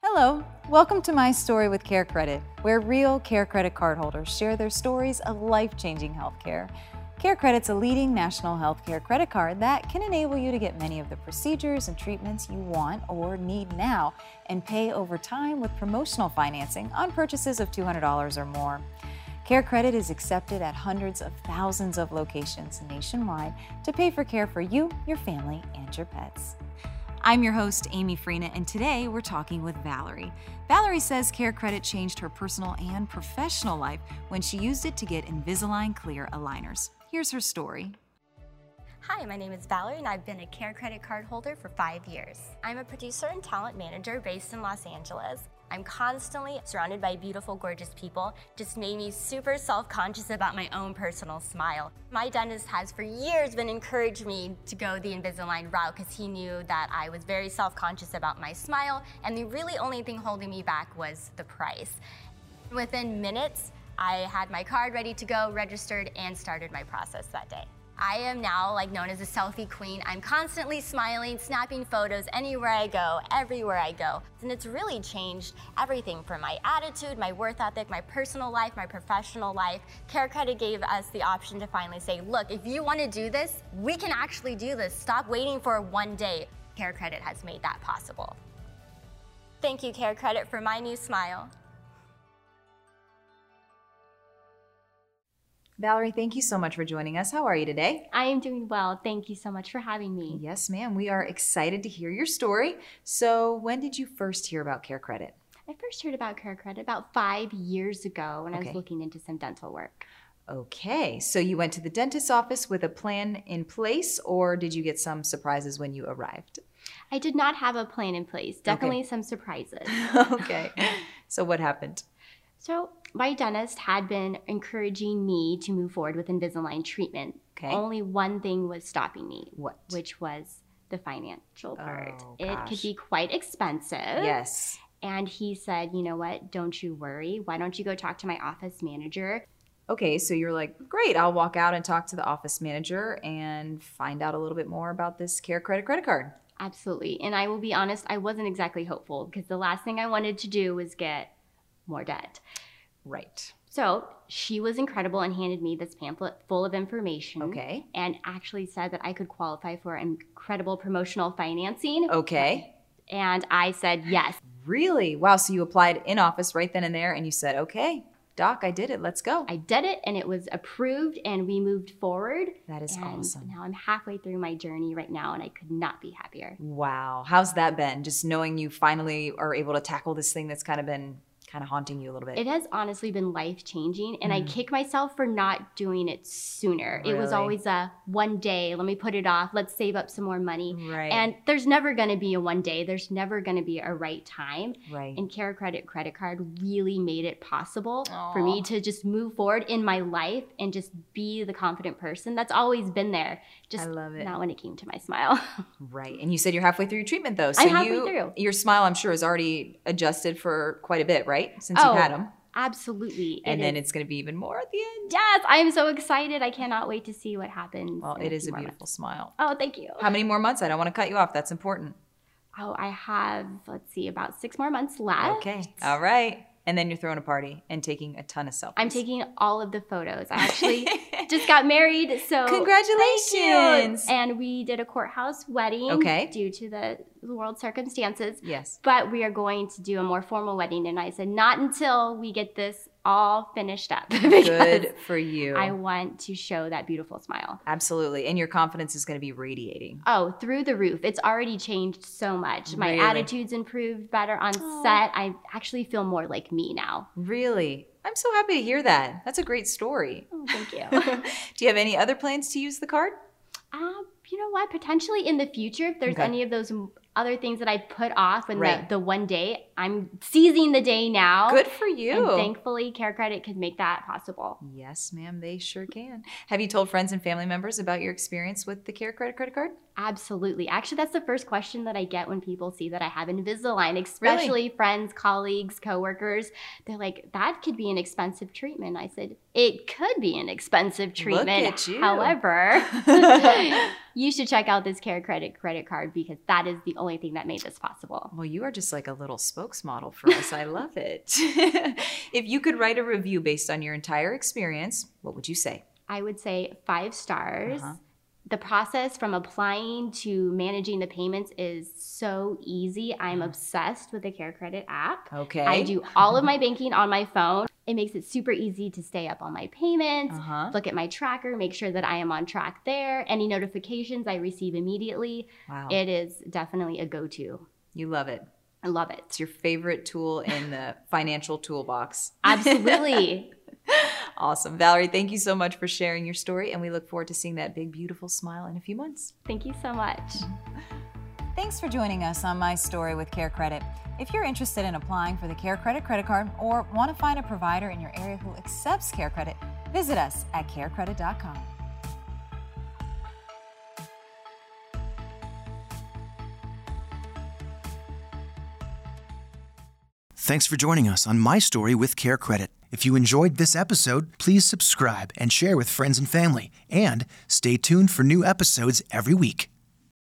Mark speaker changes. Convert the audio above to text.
Speaker 1: Hello, welcome to My Story with Care Credit, where real Care Credit cardholders share their stories of life changing healthcare. Care Credit's a leading national healthcare credit card that can enable you to get many of the procedures and treatments you want or need now and pay over time with promotional financing on purchases of $200 or more. Care Credit is accepted at hundreds of thousands of locations nationwide to pay for care for you, your family, and your pets. I'm your host, Amy Freena, and today we're talking with Valerie. Valerie says Care Credit changed her personal and professional life when she used it to get Invisalign clear aligners. Here's her story.
Speaker 2: Hi, my name is Valerie, and I've been a Care Credit card holder for five years. I'm a producer and talent manager based in Los Angeles. I'm constantly surrounded by beautiful, gorgeous people. Just made me super self conscious about my own personal smile. My dentist has for years been encouraging me to go the Invisalign route because he knew that I was very self conscious about my smile, and the really only thing holding me back was the price. Within minutes, I had my card ready to go, registered, and started my process that day. I am now like known as a selfie queen. I'm constantly smiling, snapping photos anywhere I go, everywhere I go. And it's really changed everything from my attitude, my worth ethic, my personal life, my professional life. Care Credit gave us the option to finally say, look, if you want to do this, we can actually do this. Stop waiting for one day. Care Credit has made that possible. Thank you, Care Credit, for my new smile.
Speaker 1: Valerie, thank you so much for joining us. How are you today?
Speaker 2: I am doing well. Thank you so much for having me.
Speaker 1: Yes, ma'am. We are excited to hear your story. So, when did you first hear about Care Credit?
Speaker 2: I first heard about Care Credit about five years ago when I
Speaker 1: Okay.
Speaker 2: was looking into some dental work.
Speaker 1: Okay, so you went to the dentist's office with a plan in place, or did you get some surprises when you arrived?
Speaker 2: I did not have a plan in place, definitely some surprises.
Speaker 1: okay, so what happened?
Speaker 2: So, my dentist had been encouraging me to move forward with Invisalign treatment.
Speaker 1: Okay.
Speaker 2: Only one thing was stopping me,
Speaker 1: What?
Speaker 2: which was the financial part.
Speaker 1: Oh,
Speaker 2: it could
Speaker 1: gosh.
Speaker 2: be quite expensive.
Speaker 1: Yes.
Speaker 2: And he said, you know what? Don't you worry. Why don't you go talk to my office manager?
Speaker 1: Okay, so you're like, great, I'll walk out and talk to the office manager and find out a little bit more about this Care Credit credit card.
Speaker 2: Absolutely. And I will be honest, I wasn't exactly hopeful because the last thing I wanted to do was get more debt.
Speaker 1: Right.
Speaker 2: So she was incredible and handed me this pamphlet full of information.
Speaker 1: Okay.
Speaker 2: And actually said that I could qualify for incredible promotional financing.
Speaker 1: Okay.
Speaker 2: And I said yes.
Speaker 1: Really? Wow, so you applied in office right then and there and you said, okay, doc, I did it, let's go.
Speaker 2: I did it and it was approved and we moved forward.
Speaker 1: That is
Speaker 2: and
Speaker 1: awesome.
Speaker 2: Now I'm halfway through my journey right now and I could not be happier.
Speaker 1: Wow. How's that been? Just knowing you finally are able to tackle this thing that's kind of been kind of haunting you a little bit.
Speaker 2: It has honestly been life changing, and I
Speaker 1: Mm.
Speaker 2: kick myself for not doing it sooner. It was
Speaker 1: Really?
Speaker 2: always a one day, let me put it off, let's save up some more money.
Speaker 1: right.
Speaker 2: And there's never gonna be a one day, there's never gonna be a right time.
Speaker 1: right.
Speaker 2: And Care Credit Credit Card really made it possible for
Speaker 1: Aw.
Speaker 2: me to just move forward in my life and just be the confident person that's always been there. Just
Speaker 1: I love it.
Speaker 2: not when it came to my smile.
Speaker 1: Right. And you said you're halfway through your treatment though. So
Speaker 2: I'm halfway
Speaker 1: you
Speaker 2: through.
Speaker 1: your smile I'm sure is already adjusted for quite a bit, right? Since
Speaker 2: Oh,
Speaker 1: you've had them.
Speaker 2: Absolutely.
Speaker 1: And then
Speaker 2: is-
Speaker 1: it's going to be even more at the end.
Speaker 2: Yes, I am so excited. I cannot wait to see what happens.
Speaker 1: Well,
Speaker 2: in
Speaker 1: it is
Speaker 2: few
Speaker 1: a
Speaker 2: more
Speaker 1: beautiful smile.
Speaker 2: months. Oh, thank you.
Speaker 1: How many more months? I don't want to cut you off. That's important.
Speaker 2: Oh, I have, let's see, about six more months left.
Speaker 1: Okay. All right. And then you're throwing a party and taking a ton of selfies.
Speaker 2: I'm taking all of the photos. I actually just got married, so
Speaker 1: Congratulations.
Speaker 2: Thank you. And we did a courthouse wedding
Speaker 1: Okay.
Speaker 2: due to the the world circumstances.
Speaker 1: Yes.
Speaker 2: But we are going to do a more formal wedding and I said not until we get this all finished up. because
Speaker 1: Good for you.
Speaker 2: I want to show that beautiful smile.
Speaker 1: Absolutely. And your confidence is going to be radiating.
Speaker 2: Oh, through the roof. It's already changed so much. My
Speaker 1: Really? Oh.
Speaker 2: attitude's improved better on
Speaker 1: Aw.
Speaker 2: set. I actually feel more like me now.
Speaker 1: Really. I'm so happy to hear that. That's a great story.
Speaker 2: Oh, thank you.
Speaker 1: Do you have any other plans to use the card?
Speaker 2: um, you know what? Potentially in the future, if there's
Speaker 1: Okay.
Speaker 2: any of those m- other things that I put off and
Speaker 1: Right.
Speaker 2: the, the one day, I'm seizing the day now.
Speaker 1: Good for you.
Speaker 2: And thankfully, Care Credit could make that possible.
Speaker 1: yes, ma'am, they sure can. Have you told friends and family members about your experience with the Care Credit credit card?
Speaker 3: Absolutely. Actually, that's the first question that I get when people see that I have Invisalign, especially friends, colleagues, coworkers. They're like, that could be an expensive treatment. I said, it could be an expensive treatment.
Speaker 1: at you.
Speaker 3: However, you should check out this Care Credit credit card because that is the only thing that made this possible.
Speaker 1: Well, you are just like a little spokesmodel for us. I love it. if you could write a review based on your entire experience, what would you say?
Speaker 3: I would say five stars.
Speaker 1: Uh-huh.
Speaker 3: The process from applying to managing the payments is so easy.
Speaker 1: Mm.
Speaker 3: I'm obsessed with the Care Credit app.
Speaker 1: Okay.
Speaker 3: I do all of my banking on my phone. It makes it super easy to stay up on my payments,
Speaker 1: Uh huh.
Speaker 3: look at my tracker, make sure that I am on track there. Any notifications I receive immediately.
Speaker 1: Wow.
Speaker 3: It is definitely a go to.
Speaker 1: you love it.
Speaker 3: I love it.
Speaker 1: It's your favorite tool in the financial toolbox.
Speaker 3: Absolutely.
Speaker 1: awesome. Valerie, thank you so much for sharing your story, and we look forward to seeing that big, beautiful smile in a few months.
Speaker 3: Thank you so much.
Speaker 1: Thanks for joining us on My Story with Care Credit. If you're interested in applying for the Care Credit credit card or want to find a provider in your area who accepts Care Credit, visit us at carecredit.com.
Speaker 4: Thanks for joining us on My Story with Care Credit. If you enjoyed this episode, please subscribe and share with friends and family. And stay tuned for new episodes every week.